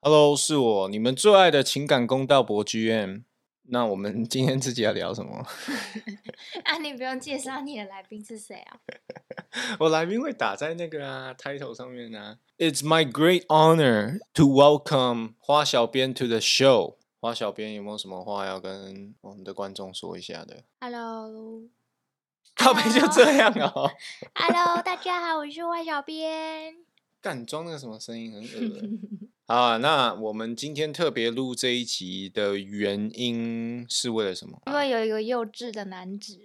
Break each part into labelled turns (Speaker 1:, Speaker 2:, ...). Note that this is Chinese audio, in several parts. Speaker 1: Hello，是我，你们最爱的情感公道博 GM。那我们 今天自己要聊什么？
Speaker 2: 啊，你不用介绍你的来宾是谁啊？
Speaker 1: 我来宾会打在那个啊 title 上面啊。It's my great honor to welcome 花小编 to the show。花小编有没有什么话要跟我们的观众说一下的？
Speaker 2: Hello，Hello，
Speaker 1: 靠背就这样哦。
Speaker 2: 大家好，我是花小编。
Speaker 1: 干装那个什么声音很恶心。 好啊，那我们今天特别录这一集的原因是为了什么？
Speaker 2: 因为有一个幼稚的男子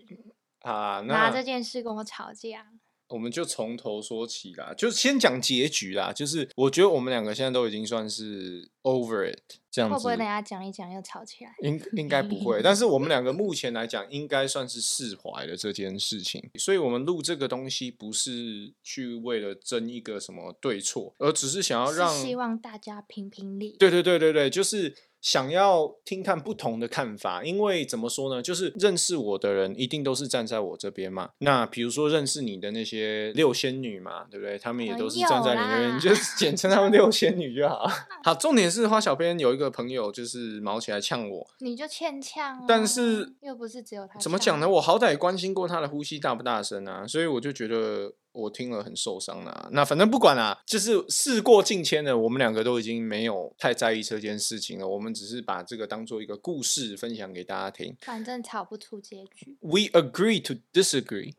Speaker 1: 啊，
Speaker 2: 拿
Speaker 1: 那
Speaker 2: 这件事跟我吵架，
Speaker 1: 我们就从头说起啦，就先讲结局啦。就是我觉得我们两个现在都已经算是 over it 这样
Speaker 2: 会
Speaker 1: 子，
Speaker 2: 不会等一下讲一讲又吵起来？
Speaker 1: 应应该不 会，但是我们两个目前来讲，应该算是释怀了这件事情。所以，我们录这个东西不是去为了争一个什么对错，而只是想要
Speaker 2: 是
Speaker 1: 让
Speaker 2: 希望大家评评理。
Speaker 1: 对对对对对，就是想要听看不同的看法，因为怎么说呢，就是认识我的人一定都是站在我这边嘛。那比如说认识你的那些六仙女嘛，对不对？他们也都是站在你那
Speaker 2: 朋友
Speaker 1: 边，
Speaker 2: 啦
Speaker 1: 你就是简称他们六仙女就 好。好，重点是花小编有一个朋友就是毛起来呛我，
Speaker 2: 你就欠呛、啊。
Speaker 1: 但是
Speaker 2: 又不是只有他。
Speaker 1: 怎么讲呢？？我好歹关心过他的呼吸大不大声啊，所以我就觉得我听了很受伤啊。那反正不管啦、就是事过境迁了，我们两个都已经没有太在意这件事情了。我们只是把这个当做一个故事分享给大家听。
Speaker 2: 反正吵不出结局。
Speaker 1: We agree to disagree，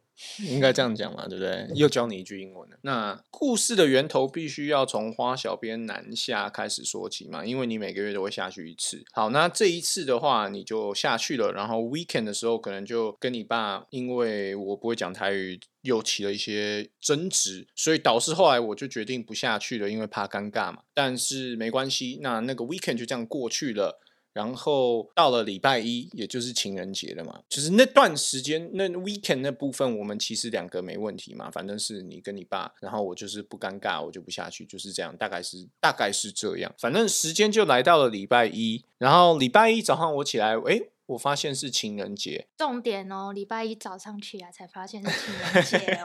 Speaker 1: 应该这样讲嘛，对不对？又教你一句英文了。那故事的源头必须要从花小编南下开始说起嘛，因为你每个月都会下去一次。好，那这一次的话，你就下去了，然后 weekend 的时候可能就跟你爸，因为我不会讲台语。又起了一些争执，所以导致后来我就决定不下去了，因为怕尴尬嘛。但是没关系，那那个 weekend 就这样过去了。然后到了礼拜一，也就是情人节了嘛，就是那段时间，那 weekend 那部分，我们其实两个没问题嘛，反正是你跟你爸，然后我就是不尴尬，我就不下去，就是这样，大概是大概是这样，反正时间就来到了礼拜一，然后礼拜一早上我起来，诶，我发现是情人节，
Speaker 2: 重点哦，礼拜一早上起来才发现是情人节哦。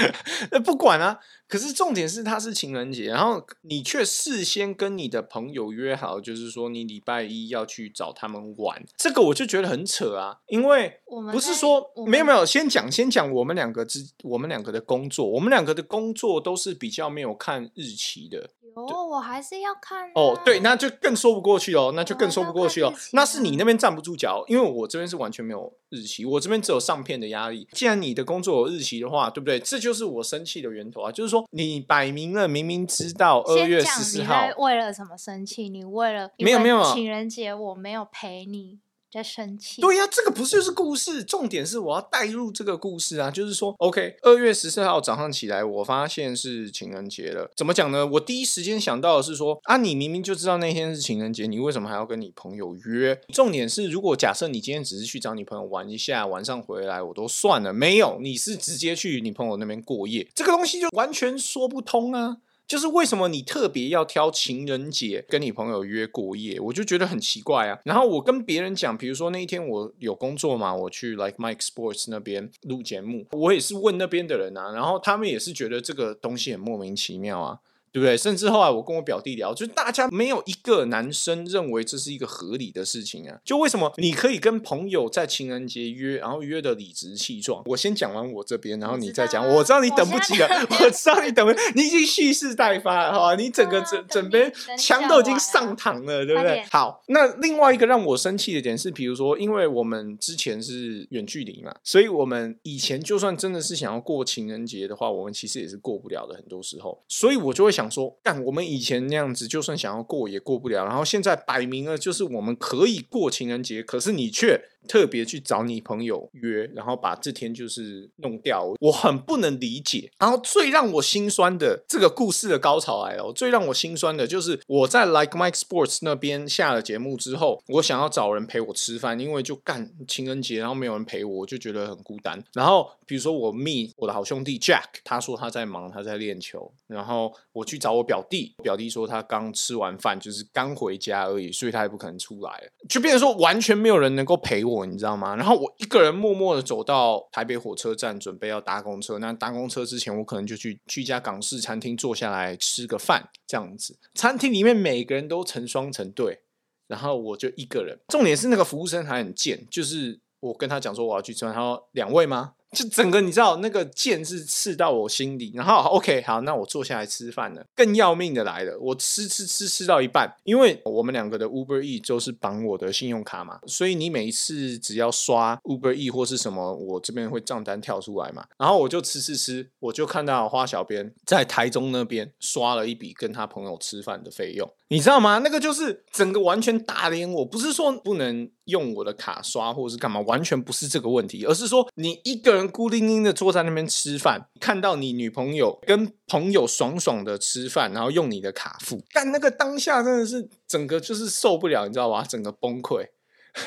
Speaker 1: 那不管啊，可是重点是它是情人节，然后你却事先跟你的朋友约好，就是说你礼拜一要去找他们玩，这个我就觉得很扯啊，因为
Speaker 2: 我们
Speaker 1: 不是
Speaker 2: 在
Speaker 1: 说
Speaker 2: 我
Speaker 1: 没有
Speaker 2: 们
Speaker 1: 没有，先讲先讲我们两个之我们两个的工作，我们两个的工作都是比较没有看日期的
Speaker 2: 有，我还是要看、啊。
Speaker 1: 哦，对，那就更说不过去哦，那就
Speaker 2: 我
Speaker 1: 更
Speaker 2: 们
Speaker 1: 说
Speaker 2: 要
Speaker 1: 不过
Speaker 2: 看
Speaker 1: 去哦
Speaker 2: 日期，
Speaker 1: 那是
Speaker 2: 啊
Speaker 1: 你那边站不住脚，因为我这边是完全没有日期，我这边只有上片的压力。既然你的工作有日期的话，对不对？这就是我生气的源头啊，就是说你摆明了明明知道二
Speaker 2: 先
Speaker 1: 月
Speaker 2: 讲
Speaker 1: 十四
Speaker 2: 你
Speaker 1: 号
Speaker 2: 在为了什么生气？你为了因
Speaker 1: 没有
Speaker 2: 为
Speaker 1: 没有
Speaker 2: 情人节我没有陪你在生气。
Speaker 1: 对呀、这个不是就是故事？重点是我要带入这个故事啊，就是说，OK，二月十四号早上起来，我发现是情人节了。怎么讲呢？我第一时间想到的是说，啊，你明明就知道那天是情人节，你为什么还要跟你朋友约？重点是，如果假设你今天只是去找你朋友玩一下，晚上回来我都算了，没有，你是直接去你朋友那边过夜，这个东西就完全说不通啊。就是为什么你特别要挑情人节跟你朋友约过夜，我就觉得很奇怪啊。然后我跟别人讲，比如说那一天我有工作嘛，我去 Like Mike Sports 那边录节目，我也是问那边的人啊，然后他们也是觉得这个东西很莫名其妙啊。对不对？甚至后来我跟我表弟聊，就是大家没有一个男生认为这是一个合理的事情啊。就为什么你可以跟朋友在情人节约，然后约的理直气壮？我先讲完我这边，然后
Speaker 2: 我
Speaker 1: 你
Speaker 2: 知
Speaker 1: 再讲。
Speaker 2: 道啊
Speaker 1: 我知道你
Speaker 2: 我
Speaker 1: 等不
Speaker 2: 现
Speaker 1: 及
Speaker 2: 在
Speaker 1: 了，我知道你等不，你已经蓄势待发了哈，你整个
Speaker 2: 对
Speaker 1: 整
Speaker 2: 啊等
Speaker 1: 整
Speaker 2: 你
Speaker 1: 边
Speaker 2: 等你
Speaker 1: 墙
Speaker 2: 讲
Speaker 1: 都已经
Speaker 2: 完啊
Speaker 1: 上膛了，对不
Speaker 2: 快
Speaker 1: 对
Speaker 2: 点？
Speaker 1: 好，那另外一个让我生气的点是，比如说，因为我们之前是远距离嘛，所以我们以前就算真的是想要过情人节的话，我们其实也是过不了的，很多时候，所以我就会想说，干，我们以前那样子，就算想要过也过不了，然后现在摆明了就是我们可以过情人节，可是你却特别去找你朋友约，然后把这天就是弄掉，我很不能理解。然后最让我心酸的这个故事的高潮来了，最让我心酸的就是我在 Like Mike Sports 那边下了节目之后，我想要找人陪我吃饭，因为就干情人节，然后没有人陪我，我就觉得很孤单。然后比如说我 meet 我的好兄弟 Jack，他说他在忙，他在练球，然后我去找我表弟，表弟说他刚吃完饭，就是刚回家而已，所以他也不可能出来了，就变成说完全没有人能够陪我，你知道吗？然后我一个人默默的走到台北火车站，准备要搭公车。那搭公车之前，我可能就去去一家港式餐厅坐下来吃个饭，这样子。餐厅里面每个人都成双成对，然后我就一个人。重点是那个服务生还很贱，就是我跟他讲说我要去吃饭，他说两位吗？就整个你知道那个剑是刺到我心里，然后 OK 好，那我坐下来吃饭了。更要命的来了，我吃吃吃吃到一半，因为我们两个的 Uber E 都是绑我的信用卡嘛，所以你每一次只要刷 Uber E 或是什么，我这边会账单跳出来嘛。然后我就吃吃吃，我就看到花小编在台中那边刷了一笔跟他朋友吃饭的费用，你知道吗？那个就是整个完全打脸我，不是说不能用我的卡刷或者是干嘛，完全不是这个问题，而是说你一个人孤零零的坐在那边吃饭，看到你女朋友跟朋友爽爽的吃饭，然后用你的卡付，但那个当下真的是整个就是受不了，你知道吧？整个崩溃。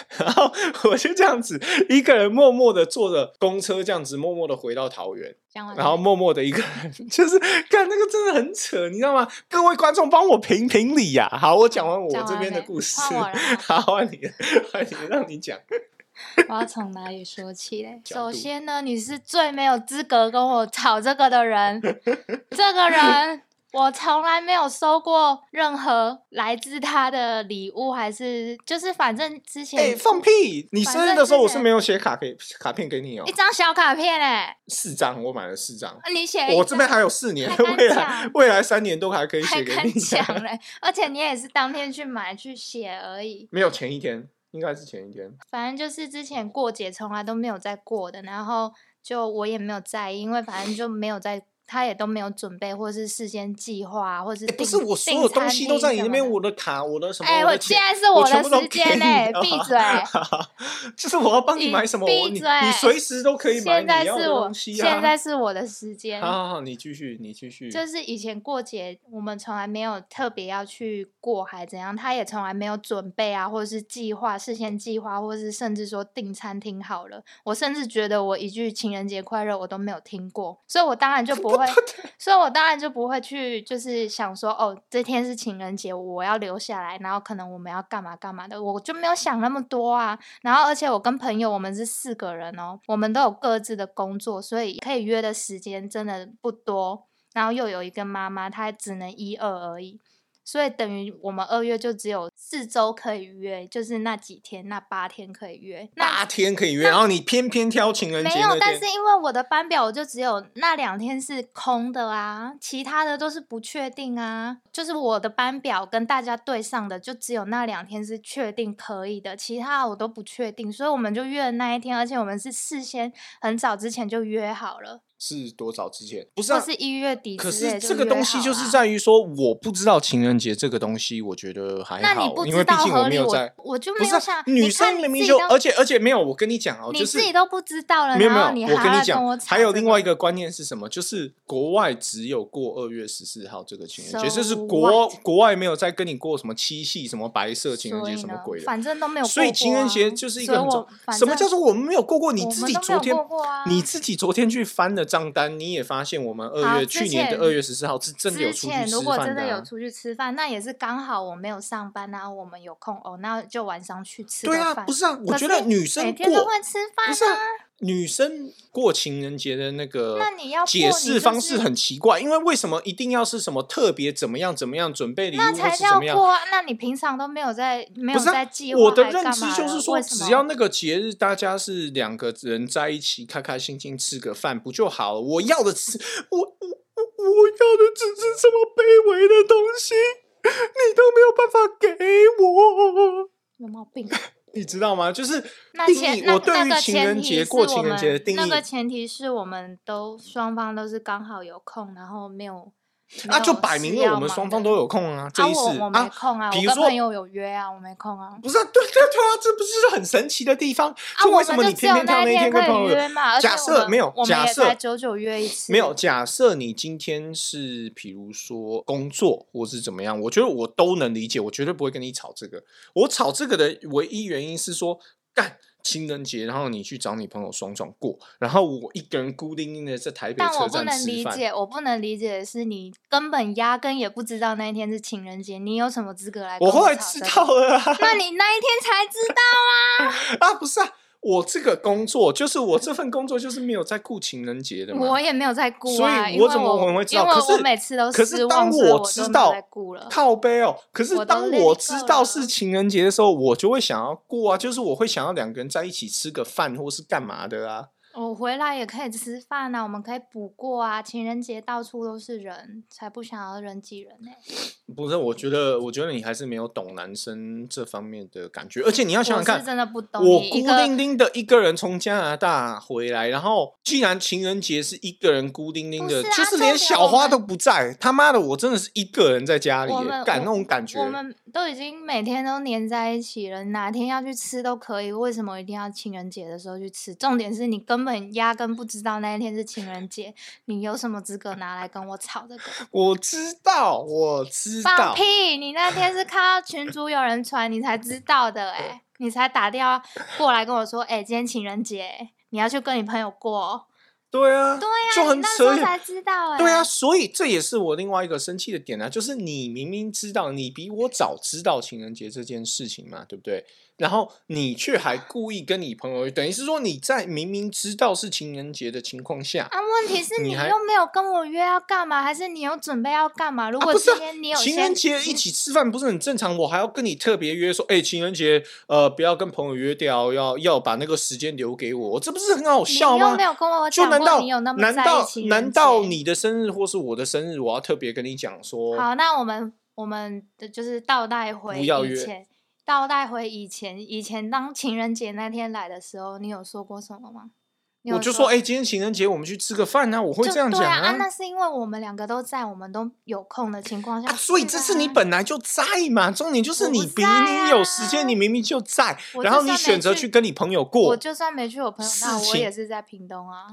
Speaker 1: 然后我就这样子一个人默默的坐着公车，这样子默默的回到桃园。
Speaker 2: 讲完了，
Speaker 1: 然后默默的一个人， 就是看那个真的很扯，你知道吗？各位观众帮我评评理呀、好，我讲完我
Speaker 2: 讲
Speaker 1: 这
Speaker 2: 完
Speaker 1: 边的
Speaker 2: 嘞
Speaker 1: 故事，
Speaker 2: 换我 了吗
Speaker 1: 好，换你了，换你了，让你讲。
Speaker 2: 我要从哪里说起嘞？
Speaker 1: 角度
Speaker 2: 首先呢，你是最没有资格跟我吵这个 的人。这个人，我从来没有收过任何来自他的礼物，还是就是反正之前、
Speaker 1: 哎、放屁！你
Speaker 2: 反
Speaker 1: 生日
Speaker 2: 正
Speaker 1: 的时候
Speaker 2: 之
Speaker 1: 我是
Speaker 2: 前
Speaker 1: 没有写卡给卡片给你哦
Speaker 2: 一，张小卡片哎、
Speaker 1: 四张，我买了四张，
Speaker 2: 你写了一
Speaker 1: 我这边
Speaker 2: 张
Speaker 1: 还有四年，
Speaker 2: 哎还敢
Speaker 1: 未来
Speaker 2: 讲
Speaker 1: 未来三年都还可以
Speaker 2: 还
Speaker 1: 写给
Speaker 2: 敢
Speaker 1: 你。啊
Speaker 2: 讲嘞，而且你也是当天去买去写而已。
Speaker 1: 没有前一天，应该是前一天。
Speaker 2: 反正就是之前过节从来都没有在过的，然后就我也没有在意，因为反正就没有在，他也都没有准备，或是事先计划啊，或是、
Speaker 1: 哎、不是我所有东西都在你那边，
Speaker 2: 订餐厅什么的
Speaker 1: 我的卡，我的什么，
Speaker 2: 哎、
Speaker 1: 我
Speaker 2: 我
Speaker 1: 的
Speaker 2: 现
Speaker 1: 钱。
Speaker 2: 在是
Speaker 1: 我全
Speaker 2: 的
Speaker 1: 部都
Speaker 2: 时
Speaker 1: 给
Speaker 2: 间
Speaker 1: 你啊
Speaker 2: 呢、
Speaker 1: 了
Speaker 2: 闭嘴！
Speaker 1: 就是我要帮你
Speaker 2: 你
Speaker 1: 买什么，
Speaker 2: 闭
Speaker 1: 我你
Speaker 2: 嘴
Speaker 1: 你随时都可以买
Speaker 2: 现在
Speaker 1: 你要的
Speaker 2: 是
Speaker 1: 东
Speaker 2: 我，
Speaker 1: 西啊。
Speaker 2: 现在是我的时间。
Speaker 1: 好好好，你继续，你继续。
Speaker 2: 就是以前过节，我们从来没有特别要去过还怎样，他也从来没有准备啊，或者是计划、事先计划，或者是甚至说订餐厅好了。我甚至觉得我一句情人节快乐我都没有听过，所以我当然就不会，所以我当然就不会去，就是想说哦，这天是情人节，我要留下来，然后可能我们要干嘛干嘛的，我就没有想那么多啊。然后，而且我跟朋友，我们是四个人哦，我们都有各自的工作，所以可以约的时间真的不多。然后又有一个妈妈，她只能一二而已，所以等于我们二月就只有四周可以约，就是那几天，那八天可以约。那
Speaker 1: 八天可以约，然后你偏偏挑情人节
Speaker 2: 没
Speaker 1: 那
Speaker 2: 有，
Speaker 1: 天
Speaker 2: 但是因为我的班表，我就只有那两天是空的啊，其他的都是不确定啊。就是我的班表跟大家对上的，就只有那两天是确定可以的，其他的我都不确定，所以我们就约了那一天，而且我们是事先很早之前就约好了，
Speaker 1: 是多少之前？不是
Speaker 2: 就
Speaker 1: 啊，
Speaker 2: 是一月底之
Speaker 1: 可
Speaker 2: 类就约好
Speaker 1: 是
Speaker 2: 啦。
Speaker 1: 这个东西就是在于说，我不知道情人节这个东西，我觉得还
Speaker 2: 那你
Speaker 1: 好，
Speaker 2: 不
Speaker 1: 因为
Speaker 2: 知
Speaker 1: 毕
Speaker 2: 道
Speaker 1: 竟我
Speaker 2: 合
Speaker 1: 没
Speaker 2: 理，
Speaker 1: 有
Speaker 2: 我
Speaker 1: 在。
Speaker 2: 我就
Speaker 1: 不
Speaker 2: 没
Speaker 1: 是啊
Speaker 2: 有想，
Speaker 1: 女
Speaker 2: 你看
Speaker 1: 生明
Speaker 2: 你自
Speaker 1: 明
Speaker 2: 己
Speaker 1: 就，
Speaker 2: 都
Speaker 1: 而且而且没有，我跟你讲哦，
Speaker 2: 你
Speaker 1: 就是
Speaker 2: 自己都不知道了，
Speaker 1: 没有没
Speaker 2: 然后
Speaker 1: 有，
Speaker 2: 还
Speaker 1: 我跟
Speaker 2: 要
Speaker 1: 你
Speaker 2: 来
Speaker 1: 讲，
Speaker 2: 我
Speaker 1: 还有另外一
Speaker 2: 个，
Speaker 1: 个观念是什么？就是国外只有过二月十四号这个情人节，
Speaker 2: So
Speaker 1: 就是国
Speaker 2: what？
Speaker 1: 国外没有再跟你过什么七夕、什么白色情人
Speaker 2: 所
Speaker 1: 节、
Speaker 2: 以
Speaker 1: 什么
Speaker 2: 呢
Speaker 1: 鬼的。
Speaker 2: 反正都没有过过啊。
Speaker 1: 所以情人节就是一个
Speaker 2: 所以
Speaker 1: 很重
Speaker 2: 我反
Speaker 1: 什么叫
Speaker 2: 正
Speaker 1: 做我们没有过过？你
Speaker 2: 我
Speaker 1: 自
Speaker 2: 们
Speaker 1: 己
Speaker 2: 都没
Speaker 1: 昨
Speaker 2: 有
Speaker 1: 天
Speaker 2: 过过啊
Speaker 1: 你自己昨天去翻的账单，你也发现我们二
Speaker 2: 好
Speaker 1: 月
Speaker 2: 之
Speaker 1: 去年的
Speaker 2: 前
Speaker 1: 二月十四号是真的有
Speaker 2: 之
Speaker 1: 出去
Speaker 2: 前
Speaker 1: 吃
Speaker 2: 如果
Speaker 1: 饭
Speaker 2: 真的
Speaker 1: 啊
Speaker 2: 有出去吃饭，那也是刚好我没有上班啊，我们有空哦，那就晚上去吃个
Speaker 1: 对啊，
Speaker 2: 饭
Speaker 1: 不是啊，我
Speaker 2: 可
Speaker 1: 觉得
Speaker 2: 是
Speaker 1: 女生
Speaker 2: 每天都
Speaker 1: 过
Speaker 2: 会吃
Speaker 1: 不
Speaker 2: 饭
Speaker 1: 是啊
Speaker 2: 啊，
Speaker 1: 女生过情人节的那个，
Speaker 2: 那你要过
Speaker 1: 解释
Speaker 2: 你就
Speaker 1: 方式
Speaker 2: 是
Speaker 1: 很奇怪，因为为什么一定要是什么特别怎么样怎么样准备礼物
Speaker 2: 那
Speaker 1: 或
Speaker 2: 才
Speaker 1: 是怎
Speaker 2: 叫
Speaker 1: 么样？
Speaker 2: 过啊。那你平常都没有在没
Speaker 1: 不
Speaker 2: 有
Speaker 1: 是啊、
Speaker 2: 在计划
Speaker 1: 我的
Speaker 2: 还
Speaker 1: 认
Speaker 2: 干
Speaker 1: 知
Speaker 2: 嘛
Speaker 1: 就
Speaker 2: 了
Speaker 1: 是说，
Speaker 2: 为什
Speaker 1: 只
Speaker 2: 么
Speaker 1: 要那个节日大家是两个人在一起开开心心吃个饭不就好了？我要的是 我我我我要的只是这么卑微的东西，你都没有办法给我。
Speaker 2: 有毛 病。
Speaker 1: 你知道吗？就是
Speaker 2: 那
Speaker 1: 定义
Speaker 2: 前那
Speaker 1: 我对
Speaker 2: 那
Speaker 1: 于
Speaker 2: 个
Speaker 1: 情人
Speaker 2: 前提
Speaker 1: 节
Speaker 2: 是
Speaker 1: 过
Speaker 2: 我
Speaker 1: 情人
Speaker 2: 们
Speaker 1: 节的定义
Speaker 2: 那个前提是我们都双方都是刚好有空，然后没有
Speaker 1: 啊，就摆明了我们双方都
Speaker 2: 有
Speaker 1: 有空啊，
Speaker 2: 事
Speaker 1: 这
Speaker 2: 要
Speaker 1: 一
Speaker 2: 忙
Speaker 1: 次
Speaker 2: 的啊，我我没空啊，
Speaker 1: 比
Speaker 2: 我
Speaker 1: 如
Speaker 2: 跟
Speaker 1: 说
Speaker 2: 朋友有约啊，我没空啊。
Speaker 1: 不是啊，对对对啊，这不是很神奇的地方？
Speaker 2: 啊，
Speaker 1: 就
Speaker 2: 我
Speaker 1: 为什
Speaker 2: 们
Speaker 1: 么
Speaker 2: 就
Speaker 1: 你
Speaker 2: 只
Speaker 1: 偏
Speaker 2: 有
Speaker 1: 偏挑
Speaker 2: 那一
Speaker 1: 那一
Speaker 2: 天
Speaker 1: 跟
Speaker 2: 可
Speaker 1: 朋
Speaker 2: 以
Speaker 1: 友
Speaker 2: 约嘛？而且
Speaker 1: 假
Speaker 2: 我
Speaker 1: 设
Speaker 2: 们
Speaker 1: 没有
Speaker 2: 我
Speaker 1: 假
Speaker 2: 们也
Speaker 1: 设
Speaker 2: 才九九约一次，
Speaker 1: 没有，假设你今天是比如说工作或是怎么样，我觉得我都能理解，我绝对不会跟你吵这个。我吵这个的唯一原因是说。干情人节，然后你去找你朋友爽爽过，然后我一个人孤零零的在台北
Speaker 2: 但
Speaker 1: 车
Speaker 2: 我不
Speaker 1: 站
Speaker 2: 能
Speaker 1: 吃
Speaker 2: 理
Speaker 1: 饭。
Speaker 2: 解，我不能理解的是，你根本压根也不知道那一天是情人节，你有什么资格来跟
Speaker 1: 我后来
Speaker 2: 吵
Speaker 1: 知
Speaker 2: 这个
Speaker 1: 道了啊，
Speaker 2: 那你那一天才知 道，
Speaker 1: 啊不是啊，我这个工作就是我这份工作就是没有在顾情人节的嘛。
Speaker 2: 我也没有在顾
Speaker 1: 所以
Speaker 2: 啊，因
Speaker 1: 我
Speaker 2: 为
Speaker 1: 怎么可能会知道
Speaker 2: 因为
Speaker 1: 可是
Speaker 2: 我每次都
Speaker 1: 可
Speaker 2: 失
Speaker 1: 是当
Speaker 2: 望，所以
Speaker 1: 我
Speaker 2: 我
Speaker 1: 知
Speaker 2: 都没有
Speaker 1: 道
Speaker 2: 在顾了。
Speaker 1: 靠背哦，可是
Speaker 2: 我都
Speaker 1: 当
Speaker 2: 累
Speaker 1: 我
Speaker 2: 够
Speaker 1: 知道
Speaker 2: 了
Speaker 1: 是情人节的时候，我就会想要过啊，就是我会想要两个人在一起吃个饭或是干嘛的啊。
Speaker 2: 我回来也可以吃饭啊，我们可以补过啊。情人节到处都是人，才不想要人挤人欸呢、
Speaker 1: 不是，我觉得，我觉得你还是没有懂男生这方面的感觉，而且你要想
Speaker 2: 我
Speaker 1: 想
Speaker 2: 是
Speaker 1: 看。
Speaker 2: 真的不懂
Speaker 1: 我
Speaker 2: 你一
Speaker 1: 孤
Speaker 2: 个
Speaker 1: 零零的一个人从加拿大回来，然后既然情人节是一个人孤零零
Speaker 2: 不
Speaker 1: 的，
Speaker 2: 是啊
Speaker 1: 就是
Speaker 2: 重
Speaker 1: 连
Speaker 2: 点
Speaker 1: 小
Speaker 2: 我
Speaker 1: 花
Speaker 2: 们
Speaker 1: 都不在，他妈的，我真的是一个人在家里
Speaker 2: 我
Speaker 1: 耶
Speaker 2: 们，
Speaker 1: 感
Speaker 2: 我
Speaker 1: 那种感觉
Speaker 2: 我。们都已经每天都黏在一起了，哪天要去吃都可以，为什么一定要情人节的时候去吃？重点是你根本压根不知道那一天是情人节，你有什么资格拿来跟我吵这个？
Speaker 1: 我知道，我知
Speaker 2: 放
Speaker 1: 道，
Speaker 2: 屁！你那天是看到群主有人传，你才知道的、欸，哎，你才打电话过来跟我说，哎、今天情人节，欸你要去跟你朋友过，哦
Speaker 1: 对啊，对
Speaker 2: 对
Speaker 1: 啊
Speaker 2: 呀、
Speaker 1: 就
Speaker 2: 你
Speaker 1: 很
Speaker 2: 那时
Speaker 1: 扯
Speaker 2: 候
Speaker 1: 远
Speaker 2: 才知道、欸，哎，
Speaker 1: 对啊，所以这也是我另外一个生气的点啊，就是你明明知道，你比我早知道情人节这件事情嘛，对不对？然后你却还故意跟你朋友，等于是说你在明明知道是情人节的情况下，
Speaker 2: 啊，问题是
Speaker 1: 你
Speaker 2: 你
Speaker 1: 还
Speaker 2: 又没有跟我约要干嘛，还是你有准备要干嘛？如
Speaker 1: 啊
Speaker 2: 果
Speaker 1: 不是
Speaker 2: 今
Speaker 1: 啊
Speaker 2: 天你有
Speaker 1: 情
Speaker 2: 先
Speaker 1: 人节一
Speaker 2: 你
Speaker 1: 起吃饭不是很正常？我还要跟你特别约说，哎、情人节呃不要跟朋友约掉，要要把那个时间留给我，这不是很好
Speaker 2: 你
Speaker 1: 笑
Speaker 2: 又
Speaker 1: 吗
Speaker 2: 没？有跟我
Speaker 1: 就
Speaker 2: 讲
Speaker 1: 难
Speaker 2: 过
Speaker 1: 道
Speaker 2: 你有那么
Speaker 1: 难
Speaker 2: 在意
Speaker 1: 道
Speaker 2: 情
Speaker 1: 难
Speaker 2: 人
Speaker 1: 道
Speaker 2: 节
Speaker 1: 你的生日或是我的生日，我要特别跟你讲说，
Speaker 2: 好？那我们我们的就是倒带回
Speaker 1: 不要
Speaker 2: 以
Speaker 1: 约
Speaker 2: 前，倒带回以前，以前当情人节那天来的时候，你有说过什么吗？你
Speaker 1: 我
Speaker 2: 有
Speaker 1: 就说，
Speaker 2: 说
Speaker 1: 哎、今天情人节我们去吃个饭啊，我会
Speaker 2: 就
Speaker 1: 这样讲
Speaker 2: 对啊那是因为我们两个都在，我们都有空的情况下、
Speaker 1: 啊所以这次你
Speaker 2: 啊
Speaker 1: 本来就在嘛，重点就是
Speaker 2: 我
Speaker 1: 你
Speaker 2: 不
Speaker 1: 明明有时
Speaker 2: 在啊
Speaker 1: 间，你明明就在，
Speaker 2: 我
Speaker 1: 然
Speaker 2: 就
Speaker 1: 后你
Speaker 2: 算没
Speaker 1: 选择
Speaker 2: 去
Speaker 1: 去跟你朋友
Speaker 2: 我
Speaker 1: 过，
Speaker 2: 就算没去我朋友
Speaker 1: 事
Speaker 2: 那，我
Speaker 1: 情
Speaker 2: 也是在屏东啊。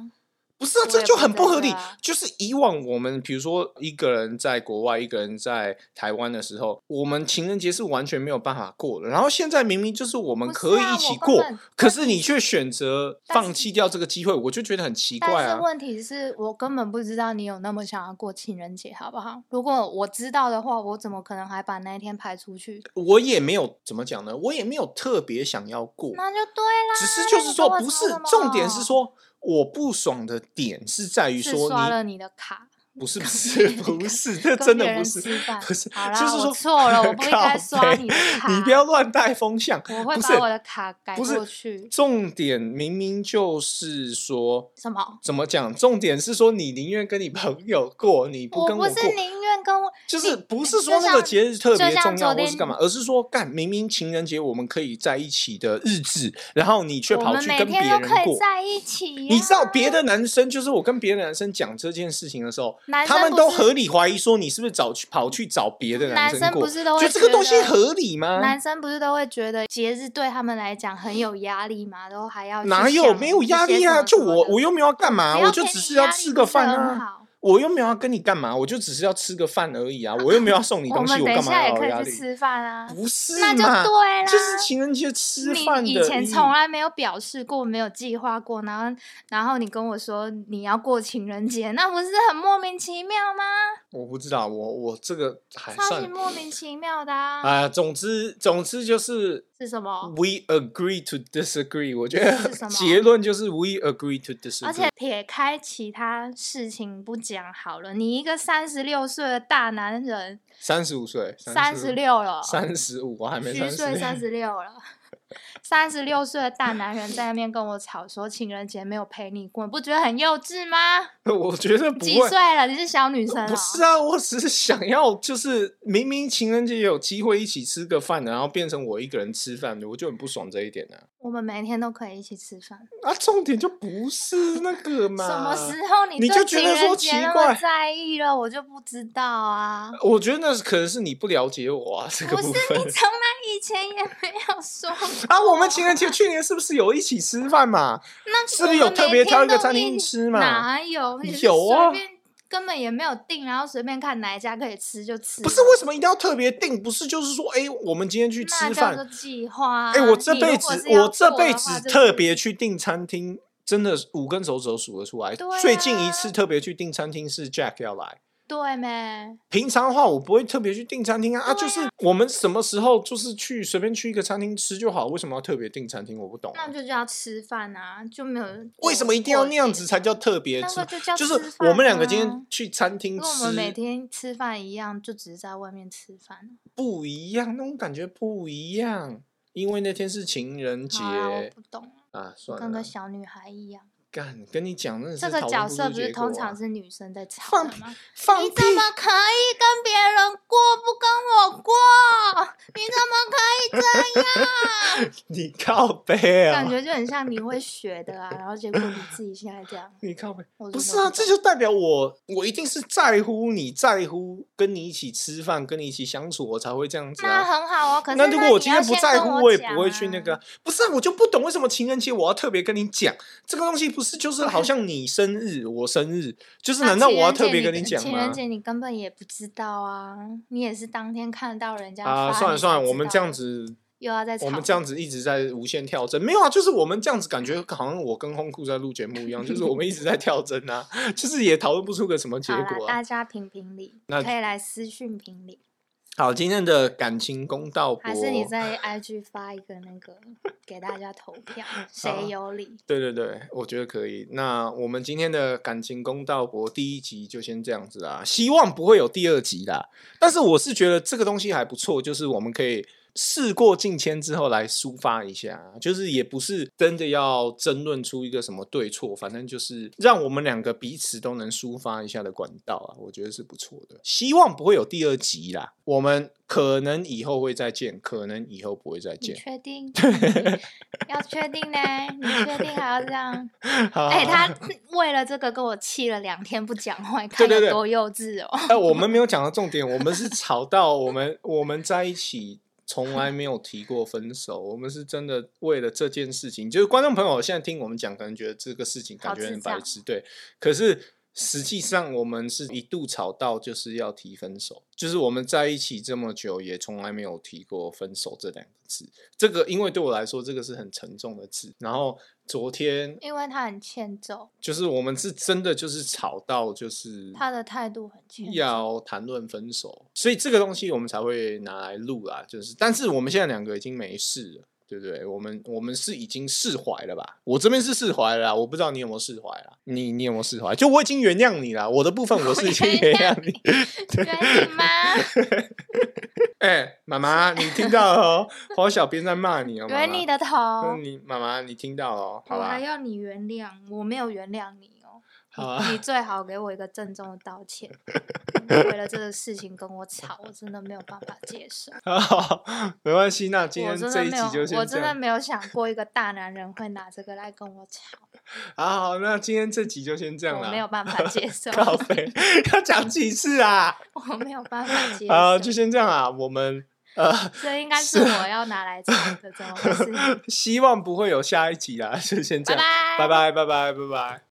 Speaker 1: 不是啊，
Speaker 2: 我
Speaker 1: 这
Speaker 2: 也
Speaker 1: 就
Speaker 2: 不
Speaker 1: 很不
Speaker 2: 觉
Speaker 1: 合
Speaker 2: 得
Speaker 1: 理
Speaker 2: 啊。
Speaker 1: 就是以往我们比如说一个人在国外，一个人在台湾的时候，我们情人节是完全没有办法过的。然后现在明明就是我们
Speaker 2: 不是
Speaker 1: 可以
Speaker 2: 啊
Speaker 1: 一起
Speaker 2: 我根
Speaker 1: 过，
Speaker 2: 本
Speaker 1: 可是你却选择
Speaker 2: 但
Speaker 1: 放
Speaker 2: 是
Speaker 1: 弃掉这个机会，我就觉得很奇怪
Speaker 2: 但
Speaker 1: 啊
Speaker 2: 是。问题是我根本不知道你有那么想要过情人节，好不好？如果我知道的话，我怎么可能还把那一天排出去？
Speaker 1: 我也没有怎么讲呢，我也没有特别想要过。
Speaker 2: 那就对啦。
Speaker 1: 只是就是说，
Speaker 2: 那你跟我
Speaker 1: 不是
Speaker 2: 吵什么
Speaker 1: 重点是说，我不爽的点是在于
Speaker 2: 是
Speaker 1: 说
Speaker 2: 刷了
Speaker 1: 你
Speaker 2: 你的卡，
Speaker 1: 不是不是不是，这
Speaker 2: 跟
Speaker 1: 真
Speaker 2: 别
Speaker 1: 的不
Speaker 2: 人
Speaker 1: 是
Speaker 2: 吃饭
Speaker 1: 不是，
Speaker 2: 好啦
Speaker 1: 就是
Speaker 2: 我
Speaker 1: 说
Speaker 2: 错了我 不应
Speaker 1: 靠
Speaker 2: 该刷
Speaker 1: 北
Speaker 2: 你的
Speaker 1: 你
Speaker 2: 卡
Speaker 1: 不要乱带风向，
Speaker 2: 我会
Speaker 1: 不
Speaker 2: 把
Speaker 1: 是
Speaker 2: 我的卡改
Speaker 1: 不是
Speaker 2: 过去。
Speaker 1: 重点明明就是说。
Speaker 2: 什么？
Speaker 1: 怎么讲？重点是说，你宁愿跟你朋友过，你不
Speaker 2: 我
Speaker 1: 跟
Speaker 2: 不
Speaker 1: 过
Speaker 2: 是，宁愿跟我
Speaker 1: 就是
Speaker 2: 你
Speaker 1: 不
Speaker 2: 哎
Speaker 1: 是
Speaker 2: 就
Speaker 1: 说那个
Speaker 2: 像
Speaker 1: 节日特
Speaker 2: 就
Speaker 1: 别
Speaker 2: 像
Speaker 1: 重要
Speaker 2: 昨
Speaker 1: 或是干
Speaker 2: 天
Speaker 1: 嘛，而是说，干明明情人节我们可以在一起的日子，然后你却
Speaker 2: 我
Speaker 1: 跑
Speaker 2: 们
Speaker 1: 去
Speaker 2: 每
Speaker 1: 跟别
Speaker 2: 天
Speaker 1: 人
Speaker 2: 都可以
Speaker 1: 过，
Speaker 2: 在一起呀、
Speaker 1: 你知道别的男生，就是我跟别的男生讲这件事情的时候，
Speaker 2: 男
Speaker 1: 他
Speaker 2: 生
Speaker 1: 们
Speaker 2: 不
Speaker 1: 都
Speaker 2: 是
Speaker 1: 合理怀疑说你是不是找去跑去找别的
Speaker 2: 男
Speaker 1: 生
Speaker 2: 生
Speaker 1: 过
Speaker 2: 不，是都会
Speaker 1: 就这个
Speaker 2: 觉
Speaker 1: 东西
Speaker 2: 得
Speaker 1: 合理吗
Speaker 2: 男？生不是都会觉得节日对他们来讲很有压力嘛，都还要去
Speaker 1: 哪有
Speaker 2: 想
Speaker 1: 没有压
Speaker 2: 一些
Speaker 1: 力
Speaker 2: 什
Speaker 1: 啊？
Speaker 2: 么
Speaker 1: 就
Speaker 2: 什么
Speaker 1: 我
Speaker 2: 的
Speaker 1: 我又没有要干嘛，
Speaker 2: 不
Speaker 1: 我
Speaker 2: 要
Speaker 1: 就
Speaker 2: 给
Speaker 1: 只
Speaker 2: 你
Speaker 1: 是
Speaker 2: 压
Speaker 1: 要
Speaker 2: 力
Speaker 1: 吃
Speaker 2: 不
Speaker 1: 个
Speaker 2: 是
Speaker 1: 饭
Speaker 2: 很
Speaker 1: 啊，
Speaker 2: 好。
Speaker 1: 我又没有要跟你干嘛，我就只是要吃个饭而已啊，我又没有要送你
Speaker 2: 我
Speaker 1: 东西，
Speaker 2: 们
Speaker 1: 我
Speaker 2: 等一
Speaker 1: 干嘛
Speaker 2: 下也
Speaker 1: 要有
Speaker 2: 可
Speaker 1: 压
Speaker 2: 以去
Speaker 1: 力？
Speaker 2: 吃饭啊，
Speaker 1: 不是
Speaker 2: 那就
Speaker 1: 嘛？
Speaker 2: 对啦。
Speaker 1: 就是情人节吃饭的
Speaker 2: 你
Speaker 1: 意义，
Speaker 2: 以前从来没有表示过，没有计划过，然后然后你跟我说你要过情人节，那不是很莫名其妙吗？
Speaker 1: 我不知道，我我这个还
Speaker 2: 超级
Speaker 1: 算
Speaker 2: 莫名其妙的啊！
Speaker 1: 啊、总之总之就是
Speaker 2: 是什么？
Speaker 1: We agree to disagree。我觉
Speaker 2: 哦是什
Speaker 1: 得
Speaker 2: 么
Speaker 1: 结论就是 we agree to disagree。
Speaker 2: 而且撇开其他事情不讲好了，你一个三十六岁的大男人，
Speaker 1: 三十五岁，
Speaker 2: 三十、六了，
Speaker 1: 三十五，我还没
Speaker 2: 虚岁
Speaker 1: 三
Speaker 2: 三
Speaker 1: 十。
Speaker 2: 十六了， 三十六岁的大男人在那边跟我吵说情人节没有陪你过，你不觉得很幼稚吗？
Speaker 1: 我觉得不
Speaker 2: 几
Speaker 1: 会。
Speaker 2: 岁了？你是小女生、哦？
Speaker 1: 不是啊，我只是想要，就是明明情人节有机会一起吃个饭的，然后变成我一个人吃饭的，我就很不爽这一点啊。
Speaker 2: 我们每天都可以一起吃饭，
Speaker 1: 啊，重点就不是那个嘛。
Speaker 2: 什么时候你
Speaker 1: 你
Speaker 2: 对
Speaker 1: 就觉
Speaker 2: 情
Speaker 1: 得说
Speaker 2: 人节
Speaker 1: 奇
Speaker 2: 那
Speaker 1: 怪
Speaker 2: 么在意了？我就不知道啊。
Speaker 1: 我觉得那是可能是你不了解我啊， 这个
Speaker 2: 不是
Speaker 1: 部
Speaker 2: 你
Speaker 1: 分。
Speaker 2: 从来以前也没有说
Speaker 1: 啊，我们
Speaker 2: 过
Speaker 1: 情人节去年是不是有一起吃饭嘛？
Speaker 2: 那
Speaker 1: 是不是有特别挑一个餐厅吃嘛
Speaker 2: 哪有？也是
Speaker 1: 有啊
Speaker 2: 随便根本也没有定，然后随便看哪一家可以吃就吃了。
Speaker 1: 不是为什么一定要特别定？不是就是说，哎、我们今天去
Speaker 2: 嗯那
Speaker 1: 吃
Speaker 2: 叫做
Speaker 1: 饭，
Speaker 2: 计划啊。
Speaker 1: 哎、我这
Speaker 2: 你如
Speaker 1: 辈
Speaker 2: 果
Speaker 1: 子
Speaker 2: 是要
Speaker 1: 我这
Speaker 2: 做
Speaker 1: 辈
Speaker 2: 的话
Speaker 1: 子
Speaker 2: 就
Speaker 1: 特
Speaker 2: 是
Speaker 1: 别去订餐厅，真的五根手指头数得出来。
Speaker 2: 对
Speaker 1: 最近一
Speaker 2: 啊
Speaker 1: 次特别去订餐厅是 Jack 要来。
Speaker 2: 对咩？
Speaker 1: 平常的话，我不会特别去订餐厅啊，啊，就是我们什么时候就是去随便去一个餐厅吃就好，为什么要特别订餐厅？我不懂啊、
Speaker 2: 那就叫吃饭啊，就没有
Speaker 1: 为什么一定要
Speaker 2: 过
Speaker 1: 那样
Speaker 2: 定
Speaker 1: 子才叫特别
Speaker 2: 那
Speaker 1: 吃
Speaker 2: 个？就叫
Speaker 1: 就是
Speaker 2: 吃
Speaker 1: 我们
Speaker 2: 饭
Speaker 1: 两个今
Speaker 2: 啊
Speaker 1: 天去餐厅
Speaker 2: 跟我们每
Speaker 1: 吃
Speaker 2: 天吃饭一样，就只是在外面吃饭。啊
Speaker 1: 不一样，那种感觉不一样，因为那天是情人节
Speaker 2: 好啦我不懂，
Speaker 1: 啊，算
Speaker 2: 跟
Speaker 1: 了
Speaker 2: 个，小女孩一样。
Speaker 1: 干跟你讲，那
Speaker 2: 这个角色不是通常
Speaker 1: 是
Speaker 2: 是女生在吵
Speaker 1: 放
Speaker 2: 的吗？
Speaker 1: 啊放
Speaker 2: 你
Speaker 1: 屁
Speaker 2: 怎么可以跟别人过，不跟我过？你怎么
Speaker 1: 啊
Speaker 2: 可以这样？
Speaker 1: 你靠背啊
Speaker 2: 感，觉就很像你会学的啊，然后结果你自己现在这样。
Speaker 1: 你靠背。
Speaker 2: 我
Speaker 1: 不
Speaker 2: 真
Speaker 1: 是
Speaker 2: 的
Speaker 1: 啊，这
Speaker 2: 懂
Speaker 1: 就代表我，我一定是在乎你，在乎跟你一起吃饭，跟你一起相处，我才会这样子
Speaker 2: 那
Speaker 1: 啊。
Speaker 2: 很好啊。可是
Speaker 1: 那如果我
Speaker 2: 你
Speaker 1: 今
Speaker 2: 要
Speaker 1: 天不
Speaker 2: 先
Speaker 1: 在
Speaker 2: 跟
Speaker 1: 乎，
Speaker 2: 我
Speaker 1: 我也
Speaker 2: 讲
Speaker 1: 不会去那
Speaker 2: 啊
Speaker 1: 个啊。不是啊，我就不懂为什么情人节我要特别跟你讲这个东西，不是就是好像你生日，我生日，就是
Speaker 2: 那
Speaker 1: 难道我
Speaker 2: 情
Speaker 1: 要
Speaker 2: 人
Speaker 1: 特
Speaker 2: 节
Speaker 1: 别
Speaker 2: 你
Speaker 1: 跟
Speaker 2: 根
Speaker 1: 讲
Speaker 2: 情人
Speaker 1: 吗？
Speaker 2: 节你根本也不知道啊，你也是当天看到人家
Speaker 1: 啊，
Speaker 2: 发
Speaker 1: 算了
Speaker 2: 你
Speaker 1: 算
Speaker 2: 才
Speaker 1: 了，
Speaker 2: 知
Speaker 1: 我们
Speaker 2: 道
Speaker 1: 这样
Speaker 2: 的
Speaker 1: 子，
Speaker 2: 又要再吵，
Speaker 1: 我们这样子一直在无限跳针，没有啊，就是我们这样子感觉好像我跟轰库在录节目一样，就是我们一直在跳针啊， 就是也讨论不出个什么结
Speaker 2: 好啦
Speaker 1: 果啊
Speaker 2: 大。家评评理，
Speaker 1: 那
Speaker 2: 可以来私讯评理，
Speaker 1: 好，今天的感情公道博，
Speaker 2: 还是你在 IG 发一个那 个给大家投票，
Speaker 1: 好啊
Speaker 2: 谁有理？
Speaker 1: 对对对，我觉得可以。那我们今天的感情公道博第一集就先这样子啦，希望不会有第二集啦。但是我是觉得这个东西还不错，就是我们可以事过境迁之后来抒发一下，啊就是也不是真的要争论出一个什么对错，反正就是让我们两个彼此都能抒发一下的管道啊，我觉得是不错的。希望不会有第二集啦，我们可能以后会再见，可能以后不会再
Speaker 2: 你
Speaker 1: 见。
Speaker 2: 确定？要确定呢？你确定还要 这样？
Speaker 1: 好，
Speaker 2: 哎、
Speaker 1: 好
Speaker 2: 他为了这个跟我气了两天不讲话，你
Speaker 1: 对
Speaker 2: 看
Speaker 1: 对
Speaker 2: 有
Speaker 1: 对
Speaker 2: 多幼稚哦！
Speaker 1: 哎，我们没有讲到重点，我们是吵到我们我们在一起从来没有提过分手，我们是真的为了这件事情，就是观众朋友现在听我们讲，可能觉得这个事情感
Speaker 2: 好
Speaker 1: 觉
Speaker 2: 智
Speaker 1: 很白
Speaker 2: 障
Speaker 1: 痴，对，可是。实际上，我们是一度吵到就是要提分手，就是我们在一起这么久，也从来没有提过分手这两个字。这个，因为对我来说，这个是很沉重的字。然后昨天
Speaker 2: 因为他很欠揍，
Speaker 1: 就是我们是真的就是吵到就是
Speaker 2: 他的态度很欠揍。
Speaker 1: 要谈论分手，所以这个东西我们才会拿来录啦。就是，但是我们现在两个已经没事了，对不对？我们我们是已经释怀了吧？我这边是释怀了啦，我不知道你有没有释怀啦。你你有没有释怀？就我已经原谅你啦，我的部分我是已经原
Speaker 2: 原
Speaker 1: 谅
Speaker 2: 谅
Speaker 1: 你。
Speaker 2: 可以吗？
Speaker 1: 哎、妈妈，你听到了哦，黄小编在骂 你哦，妈
Speaker 2: 圆
Speaker 1: 妈
Speaker 2: 你。的头
Speaker 1: 那，你妈妈，你听到了哦，嗯好
Speaker 2: 我
Speaker 1: 啦
Speaker 2: 还，要你原谅，我没有原谅你 哦。
Speaker 1: 好啊
Speaker 2: 你你最好给我一个郑重的道歉。你为了这个事情跟我吵，我真的没有办法接受。
Speaker 1: 好，没关系。那今
Speaker 2: 我
Speaker 1: 天
Speaker 2: 真
Speaker 1: 这
Speaker 2: 的
Speaker 1: 一
Speaker 2: 没
Speaker 1: 集就
Speaker 2: 有，我
Speaker 1: 先这
Speaker 2: 真的
Speaker 1: 样。
Speaker 2: 没有想过一个大男人会拿这个来跟我吵，
Speaker 1: 好好，那今天这集就 先这样
Speaker 2: 我
Speaker 1: 啦。
Speaker 2: 没有办法 接受，
Speaker 1: 靠背要讲几次 啊？
Speaker 2: 我没有办法 接受。
Speaker 1: 啊、就先这样啊。我们 呃，
Speaker 2: 这应该是我要拿来吵的，怎么回事？
Speaker 1: 希望不会有下一集啦，就先这
Speaker 2: 拜
Speaker 1: 样。
Speaker 2: 拜，
Speaker 1: 拜。拜拜拜拜拜。